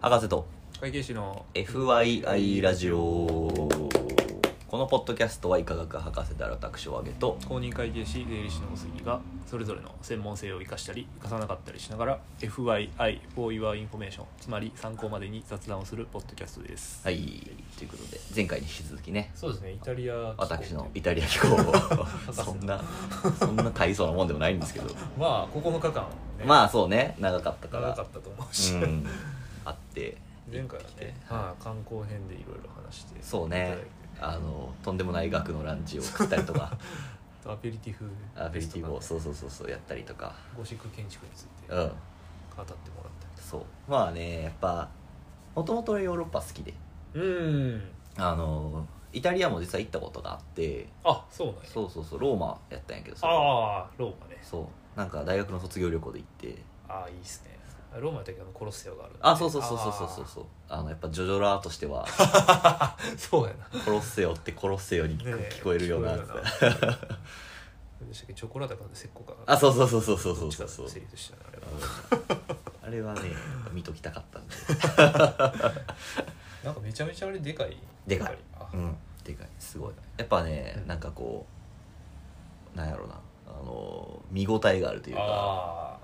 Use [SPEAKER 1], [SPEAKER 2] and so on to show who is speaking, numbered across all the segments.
[SPEAKER 1] 博士と
[SPEAKER 2] 会計士の
[SPEAKER 1] FYI ラジオこのポッドキャストは医科学博士である私を挙げと
[SPEAKER 2] 公認会計士税理士のお杉がそれぞれの専門性を生かしたり生かさなかったりしながら FYI for your information つまり参考までに雑談をするポッドキャストです、
[SPEAKER 1] はいということで前回に引き続きね
[SPEAKER 2] そうですねイタリア
[SPEAKER 1] 私のイタリア飛行 そんなそんな大層なもんでもないんです けど
[SPEAKER 2] まあ9日間、
[SPEAKER 1] まあそうね長かったから
[SPEAKER 2] たと思う
[SPEAKER 1] うんあって
[SPEAKER 2] 前回はね、はい観光編でいろいろ話して
[SPEAKER 1] そうねあのとんでもない額のランチを食ったりと か
[SPEAKER 2] あとアペリティフ
[SPEAKER 1] アペリティブを
[SPEAKER 2] そ
[SPEAKER 1] そううそうそうそうやったりとか
[SPEAKER 2] ゴシック建築について
[SPEAKER 1] う
[SPEAKER 2] 語ってもらっ
[SPEAKER 1] ん
[SPEAKER 2] たり
[SPEAKER 1] そうまあねやっぱもともとヨーロッパ好きで
[SPEAKER 2] うん
[SPEAKER 1] あのイタリアも実は行ったことがあって
[SPEAKER 2] あそうなんや
[SPEAKER 1] そうそうそうローマやったんやけどそれ
[SPEAKER 2] ああローマね
[SPEAKER 1] そうなんか大学の卒業旅行で行って
[SPEAKER 2] ああいいっすねあローマやったけどコロッセオがあるんで
[SPEAKER 1] あそうそうそうそうそうそうそうあのやっぱジョジョラーとして は
[SPEAKER 2] あーそうやな
[SPEAKER 1] コロッセオってコロッセオに
[SPEAKER 2] ねえ
[SPEAKER 1] 聞こえるような
[SPEAKER 2] 聞こえるような何でしたっけチョコラタか石膏か
[SPEAKER 1] あそうそうそうそうそう
[SPEAKER 2] ど
[SPEAKER 1] そ
[SPEAKER 2] っ
[SPEAKER 1] う
[SPEAKER 2] ち
[SPEAKER 1] そ
[SPEAKER 2] か
[SPEAKER 1] うそう
[SPEAKER 2] 成立したなあれは
[SPEAKER 1] あれはね見ときたかった んで
[SPEAKER 2] なんかめちゃめちゃあれでかい
[SPEAKER 1] でかい
[SPEAKER 2] やっぱ
[SPEAKER 1] う
[SPEAKER 2] り
[SPEAKER 1] んでかいすごいやっぱね、
[SPEAKER 2] うん
[SPEAKER 1] なんかこうなんやろうなあの見応えがあるという
[SPEAKER 2] あ
[SPEAKER 1] か
[SPEAKER 2] あ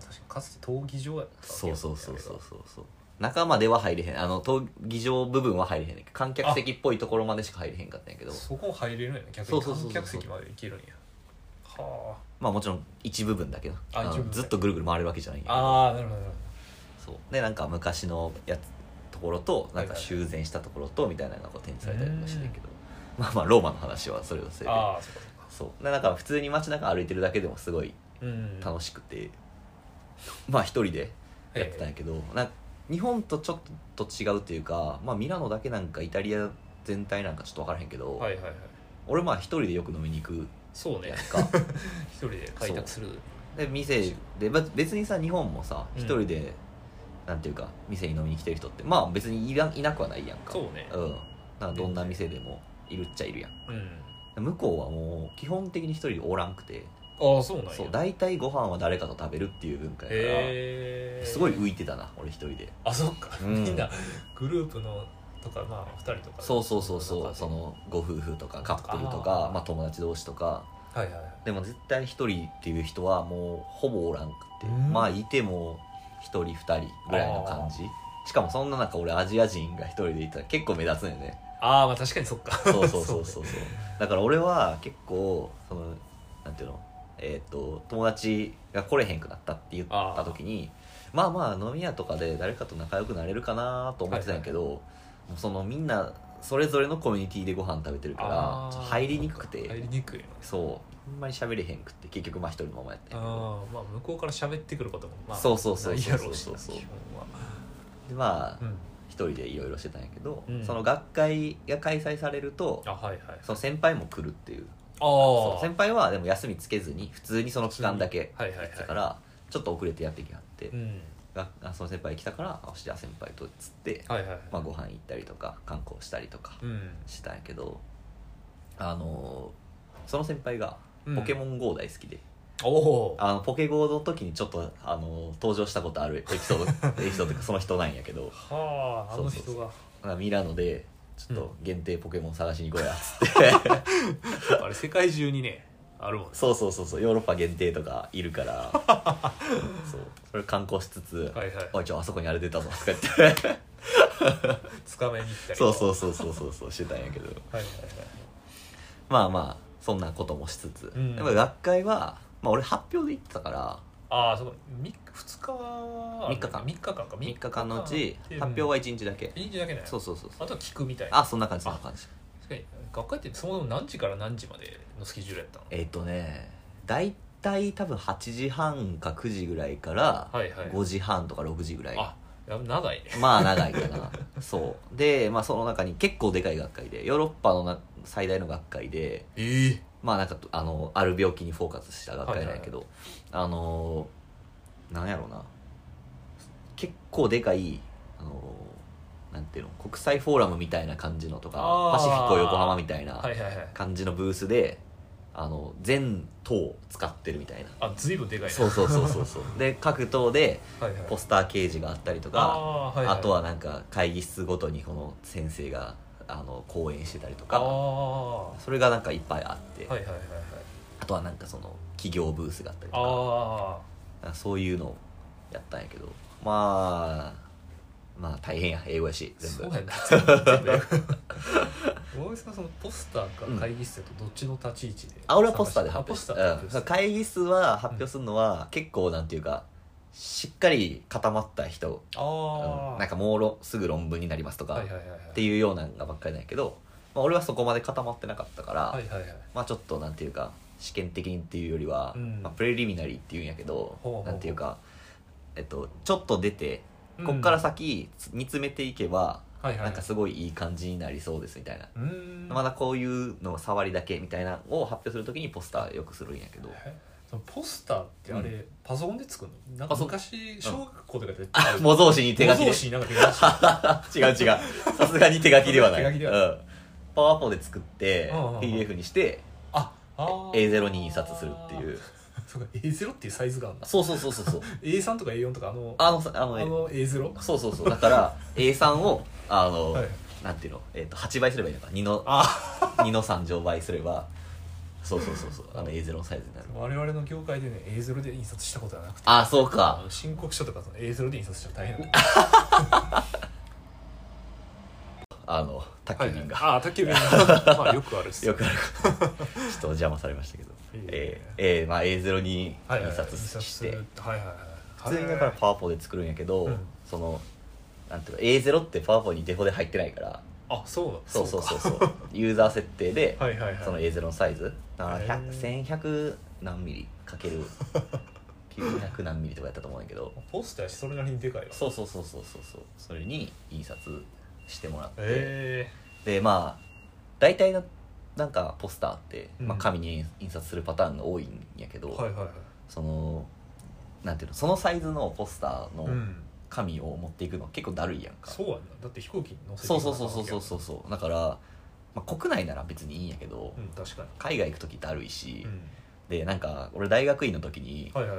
[SPEAKER 2] ー確かにかつて闘技場やった
[SPEAKER 1] そうそうそうそうそうそう中までは入れへんあの闘技場部分は入れへんねんけど観客席っぽいところまでしか入れへんかったんやけ
[SPEAKER 2] け
[SPEAKER 1] ど
[SPEAKER 2] どそこも入れるんやね逆
[SPEAKER 1] そう
[SPEAKER 2] に
[SPEAKER 1] そうそうそう
[SPEAKER 2] 観客席まで行けるんやは
[SPEAKER 1] まあもちろん一部分だけど
[SPEAKER 2] あ
[SPEAKER 1] あの
[SPEAKER 2] 一部分
[SPEAKER 1] ずっとぐるぐる回るわけじゃないんやけど
[SPEAKER 2] ああーなるほどなる
[SPEAKER 1] そ
[SPEAKER 2] ほ
[SPEAKER 1] うでなんか昔のやつところとなんか修繕したところとみたいなのがこう展示されたりとかしてんけどまあまあローマの話はそれをせい
[SPEAKER 2] ど
[SPEAKER 1] で
[SPEAKER 2] ああそうかそうか
[SPEAKER 1] そうでなんか普通に街中歩いてるだけでもすごい
[SPEAKER 2] うん
[SPEAKER 1] 楽しくて、まあ一人で
[SPEAKER 2] ええ
[SPEAKER 1] やってたんやけど、なんか日本とちょっと違うっていうか、まあ、ミラノだけなんかイタリア全体なんかちょっと分からへんけど、
[SPEAKER 2] はいはいはい
[SPEAKER 1] 俺まあ一人でよく飲みに行く
[SPEAKER 2] そうね
[SPEAKER 1] やん か
[SPEAKER 2] 一人で開拓する
[SPEAKER 1] で店でま別にさ日本もさ
[SPEAKER 2] うん
[SPEAKER 1] 一人で、なんていうか店に飲みに来てる人ってまあ別にいらいなくはないやんか
[SPEAKER 2] そうね
[SPEAKER 1] うん、なんかどんな店でもいるっちゃいるやん
[SPEAKER 2] うん
[SPEAKER 1] 向こうはもう基本的に一人でおらんくて
[SPEAKER 2] ああそうなんや
[SPEAKER 1] そう大体ご飯は誰かと食べるっていう文化やから、
[SPEAKER 2] へえ
[SPEAKER 1] すごい浮いてたな俺一人で
[SPEAKER 2] あそっか、
[SPEAKER 1] うん
[SPEAKER 2] みんなグループのとかまあ2人とか
[SPEAKER 1] そうそうそうそう
[SPEAKER 2] の
[SPEAKER 1] そのご夫婦とかカップルと
[SPEAKER 2] あ
[SPEAKER 1] か
[SPEAKER 2] ー
[SPEAKER 1] まあ、友達同士とか
[SPEAKER 2] 中ではいはいはい
[SPEAKER 1] でも絶対一人っていう人はもうほぼおらんくて、
[SPEAKER 2] うん
[SPEAKER 1] まあいても一人二人ぐらいの感じしかもそんな中俺アジア人が一人でいたら結構目立つんよね
[SPEAKER 2] ああまあ確かにそっか
[SPEAKER 1] そうそうそうそうそう
[SPEAKER 2] ね
[SPEAKER 1] だから俺は結構そのなんていうのえっ、と友達が来れへんくなったって言った時にまあまあ飲み屋とかで誰かと仲良くなれるかなと思ってたんやけど、もうそのみんなそれぞれのコミュニティでご飯食べてるから
[SPEAKER 2] あー
[SPEAKER 1] ちょっと入りにくくて
[SPEAKER 2] 入りにくいよね
[SPEAKER 1] そうあんまり喋れへんくって結局まあ一人のままやったんやけど
[SPEAKER 2] ああまあ向こうから喋ってくることもまあ
[SPEAKER 1] そうそうそう
[SPEAKER 2] ない
[SPEAKER 1] そう
[SPEAKER 2] や
[SPEAKER 1] そ
[SPEAKER 2] ろ
[SPEAKER 1] う
[SPEAKER 2] うし
[SPEAKER 1] そう
[SPEAKER 2] な基本は
[SPEAKER 1] でま
[SPEAKER 2] う
[SPEAKER 1] あ
[SPEAKER 2] ん
[SPEAKER 1] 一人でいろいろしてたんやけど、
[SPEAKER 2] うん
[SPEAKER 1] その学会が開催されると
[SPEAKER 2] あはいはい
[SPEAKER 1] その先輩も来るっていうそ
[SPEAKER 2] あ
[SPEAKER 1] う
[SPEAKER 2] あ
[SPEAKER 1] 先輩はでも休みつけずに普通にその期間だけ
[SPEAKER 2] はいはいはい
[SPEAKER 1] だからちょっと遅れてやってきはって、
[SPEAKER 2] うん
[SPEAKER 1] があその先輩来たからあじゃあ先輩とっつって、
[SPEAKER 2] はいはいはい
[SPEAKER 1] まあ、ご飯行ったりとか観光したりとか
[SPEAKER 2] うん
[SPEAKER 1] したんやけど、あのーその先輩が
[SPEAKER 2] うん
[SPEAKER 1] ポケモン GO 大好きで、
[SPEAKER 2] おお
[SPEAKER 1] あのポケ GO の時にちょっと、あのー登場したことあるエピソ ードエピソードというかその人なんやけど
[SPEAKER 2] はああの
[SPEAKER 1] そうそう
[SPEAKER 2] 人が
[SPEAKER 1] まあミラノでちょっと限定ポケモン探しに来いやっつって、
[SPEAKER 2] やっぱあれ世界中にねあるもんね
[SPEAKER 1] そうそうそうそうヨーロッパ限定とかいるからそうそれ観光しつつ
[SPEAKER 2] はいはい
[SPEAKER 1] おいちょあそこにあれ出たぞ」とか言って
[SPEAKER 2] つかめに行ったり
[SPEAKER 1] そう
[SPEAKER 2] う
[SPEAKER 1] そうそうそうそうそうしてたんやけど
[SPEAKER 2] はいはいはい
[SPEAKER 1] まあまあそんなこともしつつ、
[SPEAKER 2] うん
[SPEAKER 1] やっぱ学会は、まあ、俺発表で行ってたから
[SPEAKER 2] ああそうみ2日は
[SPEAKER 1] 三日間
[SPEAKER 2] 3日間か三
[SPEAKER 1] 3日間のうち
[SPEAKER 2] うん
[SPEAKER 1] 発表は1日だけ、
[SPEAKER 2] 一日だけだよ
[SPEAKER 1] そうそうそうそ
[SPEAKER 2] あ
[SPEAKER 1] う
[SPEAKER 2] とは聞くみたいな
[SPEAKER 1] あそんな感じそんな感じ
[SPEAKER 2] 確かに学会ってそもそも何時から何時までのスケジュールやったの
[SPEAKER 1] えっ、とね大体多分8時半か9時ぐらいから
[SPEAKER 2] はいはい
[SPEAKER 1] 5時半とか6時ぐらい、
[SPEAKER 2] あや長いね
[SPEAKER 1] まあ長いかなそうで、まあ、その中に結構でかい学会でヨーロッパのな最大の学会で
[SPEAKER 2] ええ
[SPEAKER 1] まあなんかあのある病気にフォーカスした学会なんやけど、あのーなんやろうな結構でかいあのーなんていうの国際フォーラムみたいな感じのとか
[SPEAKER 2] あー
[SPEAKER 1] パシフィコ横浜みたいな
[SPEAKER 2] はいはいはい
[SPEAKER 1] 感じのブースであの全党使ってるみたいな
[SPEAKER 2] あ随分でかいな
[SPEAKER 1] そうそうそうそうそうで各党で
[SPEAKER 2] はいはい
[SPEAKER 1] ポスター掲示があったりとか
[SPEAKER 2] あー、
[SPEAKER 1] あ,、
[SPEAKER 2] はいはい、
[SPEAKER 1] とはなんか会議室ごとにこの先生があの講演してたりと
[SPEAKER 2] あ
[SPEAKER 1] か
[SPEAKER 2] あは
[SPEAKER 1] それがなんかいっぱいあって、
[SPEAKER 2] いはいはいはい
[SPEAKER 1] あとはなんかその企業ブースがあったりとか
[SPEAKER 2] あ
[SPEAKER 1] なんかそういうのをやったんやけどまあまあ大変や英語やし
[SPEAKER 2] あ
[SPEAKER 1] 全
[SPEAKER 2] そう
[SPEAKER 1] 部
[SPEAKER 2] やな全部や 大江さんそのポスターか
[SPEAKER 1] うん
[SPEAKER 2] 会議室だとどっちの立ち位置で
[SPEAKER 1] あ俺はポスターで
[SPEAKER 2] あ
[SPEAKER 1] 発
[SPEAKER 2] ポ
[SPEAKER 1] 表
[SPEAKER 2] ス
[SPEAKER 1] し
[SPEAKER 2] タ
[SPEAKER 1] た、
[SPEAKER 2] ーで発
[SPEAKER 1] うん、
[SPEAKER 2] 表す
[SPEAKER 1] その
[SPEAKER 2] る
[SPEAKER 1] 会議室は発表するのは結構なんていうかしっかり固まった人、
[SPEAKER 2] あ
[SPEAKER 1] う
[SPEAKER 2] あ
[SPEAKER 1] んなんかもうろすぐ論文になりますとか、
[SPEAKER 2] はいはいはいはい
[SPEAKER 1] っていうようなのがばっかりなんやけど、まあ、俺はそこまで固まってなかったから、
[SPEAKER 2] はいはいはい
[SPEAKER 1] まあちょっとなんていうか試験的にっていうよりは、
[SPEAKER 2] うん
[SPEAKER 1] まあ、プレリミナリーっていうんやけど
[SPEAKER 2] ほうほうほう
[SPEAKER 1] なんていうか、えっと、ちょっと出てこっから先つ煮詰めていけば、
[SPEAKER 2] うんはいはい
[SPEAKER 1] なんかすごいいい感じになりそうですみたいな、
[SPEAKER 2] うーん
[SPEAKER 1] まだこういうの触りだけみたいなのを発表するときにポスターよくするんやけど
[SPEAKER 2] えそのポスターってあれ、
[SPEAKER 1] う
[SPEAKER 2] パソコンで作るのなん
[SPEAKER 1] パ
[SPEAKER 2] か
[SPEAKER 1] ソ
[SPEAKER 2] 昔小学校とかで
[SPEAKER 1] あ 模造紙に手書き
[SPEAKER 2] 模造紙になんか手書
[SPEAKER 1] で
[SPEAKER 2] きで
[SPEAKER 1] 違う違うさすがに手書きではない
[SPEAKER 2] 手書きでは
[SPEAKER 1] うん、パワポで作って
[SPEAKER 2] うんうんうん
[SPEAKER 1] PDF にして
[SPEAKER 2] ああ
[SPEAKER 1] A0 に印刷するっていう
[SPEAKER 2] そうか A0 っていうサイズがあ るんだ
[SPEAKER 1] そうそうそうそうそう
[SPEAKER 2] A3 とか A4 とかあの
[SPEAKER 1] あのさあ
[SPEAKER 2] あ
[SPEAKER 1] のね
[SPEAKER 2] の A0
[SPEAKER 1] そうそうそうだから A さんをあの、
[SPEAKER 2] はい
[SPEAKER 1] なんていうの、えっと8倍すればいいのか2の
[SPEAKER 2] あ
[SPEAKER 1] 2の3乗倍すればそうそうそうそうあの A0 サイズになる
[SPEAKER 2] 我々の業界でね A0 で印刷したことはなくて
[SPEAKER 1] ああそう
[SPEAKER 2] あ
[SPEAKER 1] か
[SPEAKER 2] の申告書とかその A0 で印刷したら大変なんだ
[SPEAKER 1] あの宅急便が、
[SPEAKER 2] ああ宅急便が まあよくあるっす
[SPEAKER 1] よ くあることちょっとお邪魔されましたけど
[SPEAKER 2] いえい
[SPEAKER 1] え
[SPEAKER 2] え
[SPEAKER 1] ーえーまあ A0 に
[SPEAKER 2] はいはい
[SPEAKER 1] 印
[SPEAKER 2] はい
[SPEAKER 1] 刷して、
[SPEAKER 2] 印刷するはいはいはい
[SPEAKER 1] 普通にだからパワポで作るんやけど、
[SPEAKER 2] うん
[SPEAKER 1] そのなんていうの A0 ってパワポにデフォで入ってないから
[SPEAKER 2] あそうだ
[SPEAKER 1] そうそうそううそうユーザー設定 で、
[SPEAKER 2] かはいはいはい
[SPEAKER 1] その A0 のサイズだから
[SPEAKER 2] へ
[SPEAKER 1] 100
[SPEAKER 2] ー
[SPEAKER 1] 1100何ミリかけ る900何ミリとかやったと思うんやけど
[SPEAKER 2] ポスターやしそれなりにでかいわ
[SPEAKER 1] そうそうそうそうそうそうそれに印刷してもらって、
[SPEAKER 2] え
[SPEAKER 1] でまあ大体のなんかポスターって、
[SPEAKER 2] うん
[SPEAKER 1] まあ、紙に印刷するパターンが多いんやけ
[SPEAKER 2] え
[SPEAKER 1] ど、
[SPEAKER 2] はいはいはい
[SPEAKER 1] そのなんていうのそのサイズのポスター
[SPEAKER 2] う
[SPEAKER 1] の
[SPEAKER 2] ん
[SPEAKER 1] 紙を持っていくの結構だるいやんか、
[SPEAKER 2] そうやんなだって飛行機に乗せて
[SPEAKER 1] そうそうそうそうそう
[SPEAKER 2] う
[SPEAKER 1] そうそうだから、まあ、国内なら別にいいんやけど、
[SPEAKER 2] うん確か
[SPEAKER 1] 海外行く時だるい
[SPEAKER 2] に
[SPEAKER 1] し、
[SPEAKER 2] うん
[SPEAKER 1] でなんか俺大学院の時に、
[SPEAKER 2] はいはい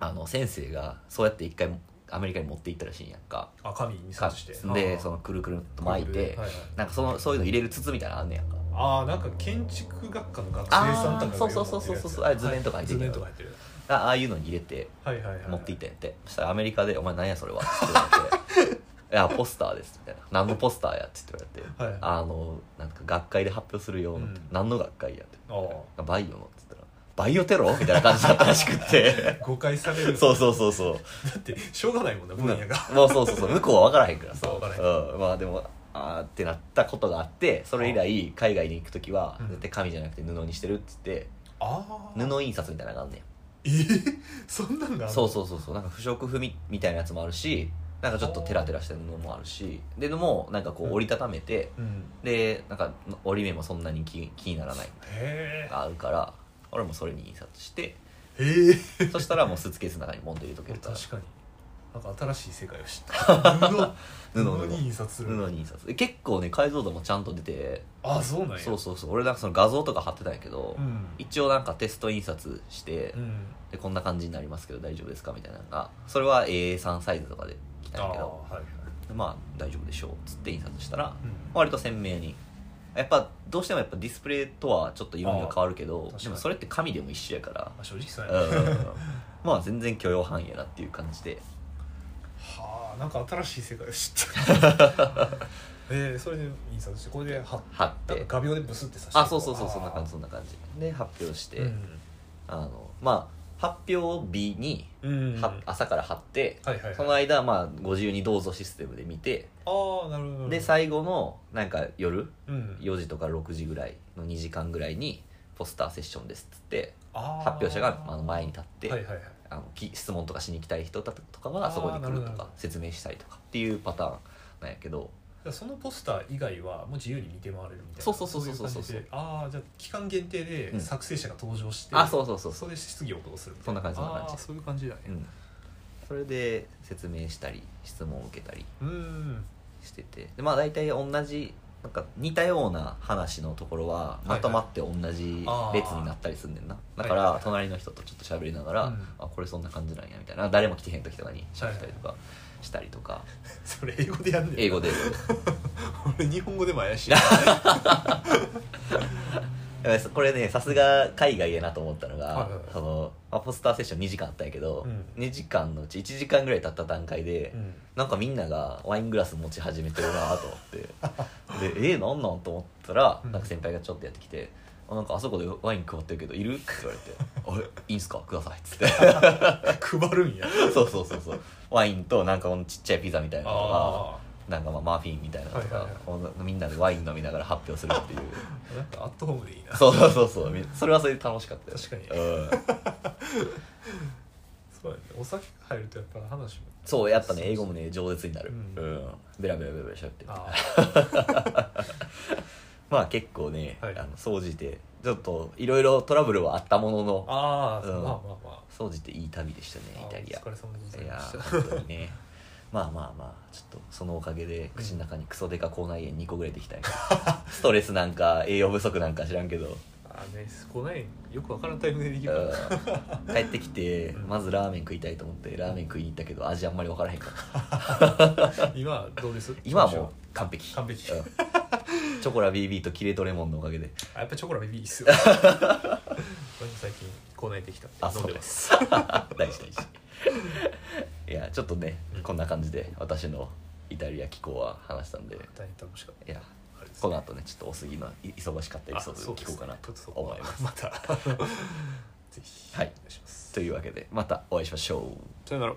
[SPEAKER 1] あの先生がそうやって一回アメリカに持って行ったらしいんやんか
[SPEAKER 2] あ紙に刺して
[SPEAKER 1] で
[SPEAKER 2] あー
[SPEAKER 1] そのくるくるっと巻いて、
[SPEAKER 2] はいはい
[SPEAKER 1] なんかそのそういうの入れる筒みたいなのあんねやんか
[SPEAKER 2] ああなんか建築学科の学生さんとかがよく
[SPEAKER 1] あーそうそうそうそうそうそうあれ図面とか入ってる
[SPEAKER 2] 図面とか入ってる
[SPEAKER 1] あああいうのに入れて
[SPEAKER 2] はいはいはい
[SPEAKER 1] 持って行っ
[SPEAKER 2] っ
[SPEAKER 1] た
[SPEAKER 2] て
[SPEAKER 1] んやってそしたらアメリカで「お前何やそれは」って言われて「いやポスターです」みたいな「何のポスターや」って言われて「
[SPEAKER 2] はいはい
[SPEAKER 1] あのなんか学会で発表するよ」
[SPEAKER 2] うん
[SPEAKER 1] って何の学会や」って
[SPEAKER 2] ああ
[SPEAKER 1] 「バイオの」って言ったら「バイオテロ?」みたいな感じだったらしくって
[SPEAKER 2] 誤解される
[SPEAKER 1] そう
[SPEAKER 2] う
[SPEAKER 1] そうそうそう
[SPEAKER 2] だってしょうがないもんな分野が
[SPEAKER 1] もうそうそうそう向こうは分からへんからさ
[SPEAKER 2] 分からへん
[SPEAKER 1] うん、まあでもあーってなったことがあってそれ以来海外に行く時は
[SPEAKER 2] うん
[SPEAKER 1] 絶対紙じゃなくて布にしてるって言って
[SPEAKER 2] ああ
[SPEAKER 1] 布印刷みたいなのがあんね
[SPEAKER 2] えーそんなんが
[SPEAKER 1] んそう
[SPEAKER 2] う
[SPEAKER 1] そうそうそうなんか不織布みみたいなやつもあるしなんかちょっとテラテラした布もあるしででもなんかこ
[SPEAKER 2] うん
[SPEAKER 1] う折りたためて、
[SPEAKER 2] うん
[SPEAKER 1] でなんか折り目もそんなに気気にならない
[SPEAKER 2] へ
[SPEAKER 1] があるから俺もそれに印刷して
[SPEAKER 2] えへえ
[SPEAKER 1] そしたらもうスーツケースの中にボンと入れとけるから
[SPEAKER 2] 確かになんか新しい世界を知った布
[SPEAKER 1] 布
[SPEAKER 2] 布に印刷する
[SPEAKER 1] 布に印刷結構ね解像度もちゃんと出て
[SPEAKER 2] ああそうなんや
[SPEAKER 1] そうそうそう俺なんかその画像とか貼ってたんやけど、
[SPEAKER 2] うん
[SPEAKER 1] 一応なんかテスト印刷して、
[SPEAKER 2] うん
[SPEAKER 1] でこんな感じになりますけど大丈夫ですかみたいなのがそれは A3 サイズとかで来
[SPEAKER 2] あ
[SPEAKER 1] たん
[SPEAKER 2] あ
[SPEAKER 1] やけど
[SPEAKER 2] はいはい
[SPEAKER 1] まあ大丈夫でしょうっつって印刷したら
[SPEAKER 2] うん
[SPEAKER 1] 割と鮮明にやっぱどうしてもやっぱディスプレイとはちょっと色味が変わるけ
[SPEAKER 2] あー
[SPEAKER 1] ど
[SPEAKER 2] 確かに
[SPEAKER 1] でもそれって紙でも一緒やか
[SPEAKER 2] まあ正直そうや
[SPEAKER 1] ら、
[SPEAKER 2] ね
[SPEAKER 1] うん、まあ全然許容範囲やなっていう感じで
[SPEAKER 2] はあなんか新しい世界を知った でそれで印刷してこれで貼っ
[SPEAKER 1] 貼って
[SPEAKER 2] なん
[SPEAKER 1] て
[SPEAKER 2] か画鋲でブスって刺して
[SPEAKER 1] あそうそうそうそんな感じ
[SPEAKER 2] っ
[SPEAKER 1] そんな感じで発表して、
[SPEAKER 2] うん
[SPEAKER 1] あのまあ発表日に
[SPEAKER 2] うん
[SPEAKER 1] は朝から貼って、
[SPEAKER 2] はいはいはい
[SPEAKER 1] その間、まあ、ご自由にどうぞシステムで見て、
[SPEAKER 2] ああなるほどなるほど
[SPEAKER 1] で最後のなんか夜
[SPEAKER 2] うん
[SPEAKER 1] 4時とか6時ぐらいの2時間ぐらいにポスターセッションですっつって
[SPEAKER 2] あー
[SPEAKER 1] 発表者があの前に立って、
[SPEAKER 2] はいはいはい
[SPEAKER 1] あのき質問とかしに来たい人だとかはそこに来
[SPEAKER 2] あーなる
[SPEAKER 1] る
[SPEAKER 2] ほ
[SPEAKER 1] と
[SPEAKER 2] どなる
[SPEAKER 1] か
[SPEAKER 2] ほど
[SPEAKER 1] 説明したりとかっていうパターンなんやけど
[SPEAKER 2] じゃあそのポスター以外はもう自由に見て回れるみたいな
[SPEAKER 1] そうそうそうそうそう
[SPEAKER 2] い感じでああじゃあ期間限定
[SPEAKER 1] う
[SPEAKER 2] で
[SPEAKER 1] ん
[SPEAKER 2] 作成者が登場して、
[SPEAKER 1] あそうそうそうそ、
[SPEAKER 2] そうれで質疑応答するみた
[SPEAKER 1] そ
[SPEAKER 2] い
[SPEAKER 1] んな感じそんな感じ
[SPEAKER 2] あーそういう感じだね
[SPEAKER 1] うん、それで説明したり質問を受けたり
[SPEAKER 2] うん
[SPEAKER 1] しててでまあ大体同じなんか似たような話のところはまとまって同じ列になったりすんねんな、
[SPEAKER 2] あー
[SPEAKER 1] だか
[SPEAKER 2] はいはいは
[SPEAKER 1] ら
[SPEAKER 2] い
[SPEAKER 1] 隣の人とちょっと喋りながら、
[SPEAKER 2] うん
[SPEAKER 1] あこれそんな感じなんやみたいな誰も来てへん時とかに喋ったりとかしたりとか、
[SPEAKER 2] それ英語でやんねん
[SPEAKER 1] 英 語で
[SPEAKER 2] 俺日本語でも怪しい
[SPEAKER 1] やばいこれねさすが海外やなと思ったのが、
[SPEAKER 2] はいはいはい
[SPEAKER 1] そのまあポスターセッション2時間あったんやけど、
[SPEAKER 2] うん
[SPEAKER 1] 2時間のうち1時間ぐらい経った段階で、
[SPEAKER 2] うん
[SPEAKER 1] なんかみんながワイングラス持ち始めてるなと思 ってで「えー、なんなん?」と思ったら
[SPEAKER 2] うん
[SPEAKER 1] なんか先輩がちょっとやってきて「あなんかあそこでワイン配ってるけどいる?」って言われて「あ れいいんすかください」っつって
[SPEAKER 2] 配 るんや
[SPEAKER 1] そうそうそうそうワインとなんかこのちっちゃいピザみたいなのとか
[SPEAKER 2] あ
[SPEAKER 1] なんかまあマーフィンみたいなのとか、
[SPEAKER 2] はいはいはい
[SPEAKER 1] このみんなでワイン飲みながら発表する っていう
[SPEAKER 2] あなんかアットホームでいいな
[SPEAKER 1] そうそうそうそうみそれはそれで楽しかったよ、ね、
[SPEAKER 2] 確かに
[SPEAKER 1] うん、
[SPEAKER 2] そうやねお酒が入るとやっぱ話も
[SPEAKER 1] そうやっぱね英語もね饒舌になる
[SPEAKER 2] う
[SPEAKER 1] うんん、ベラベラベラベラしゃってる
[SPEAKER 2] あ
[SPEAKER 1] まあ結構ね、
[SPEAKER 2] はい
[SPEAKER 1] あの総じてちょっといろいろトラブルはあったもの
[SPEAKER 2] ー
[SPEAKER 1] の
[SPEAKER 2] あー、
[SPEAKER 1] うん
[SPEAKER 2] まあまあま
[SPEAKER 1] 総じていい旅でしたね
[SPEAKER 2] あ
[SPEAKER 1] イタリ
[SPEAKER 2] お疲れ様でござ
[SPEAKER 1] ア
[SPEAKER 2] い
[SPEAKER 1] いや
[SPEAKER 2] ました
[SPEAKER 1] ー本当にね まあまあまあちょっとそのおかげで口の中にクソデカ口内炎2個ぐらいでき たんやけどストレスなんか栄養不足なんか知らんけど、
[SPEAKER 2] ああねそこないよくわからんタイムでできるから
[SPEAKER 1] うん、帰ってきて
[SPEAKER 2] うん
[SPEAKER 1] まずラーメン食いたいと思ってラーメン食いに行ったけど味あんまり分からへんから
[SPEAKER 2] 今はどうです
[SPEAKER 1] 今はもう完璧
[SPEAKER 2] 完璧
[SPEAKER 1] うんチョコラ BB とキレートレモンのおかげで
[SPEAKER 2] あやっぱチョコラビビいいっすよ 私も最近こないできた
[SPEAKER 1] あ
[SPEAKER 2] 飲
[SPEAKER 1] そ
[SPEAKER 2] ん
[SPEAKER 1] う
[SPEAKER 2] で
[SPEAKER 1] で
[SPEAKER 2] ます
[SPEAKER 1] す 大事大事いやちょっとね、
[SPEAKER 2] うん
[SPEAKER 1] こんな感じで私のイタリア気候は話したんで
[SPEAKER 2] 大変楽しかった
[SPEAKER 1] いや
[SPEAKER 2] あれです
[SPEAKER 1] この後ねちょっとお杉のい忙しかったエピソード
[SPEAKER 2] あ
[SPEAKER 1] を聞こうかなと
[SPEAKER 2] そですねちょっそこは
[SPEAKER 1] 思います
[SPEAKER 2] またぜ ひ
[SPEAKER 1] はい
[SPEAKER 2] お願いします
[SPEAKER 1] というわけでまたお会いしましょう
[SPEAKER 2] さよなら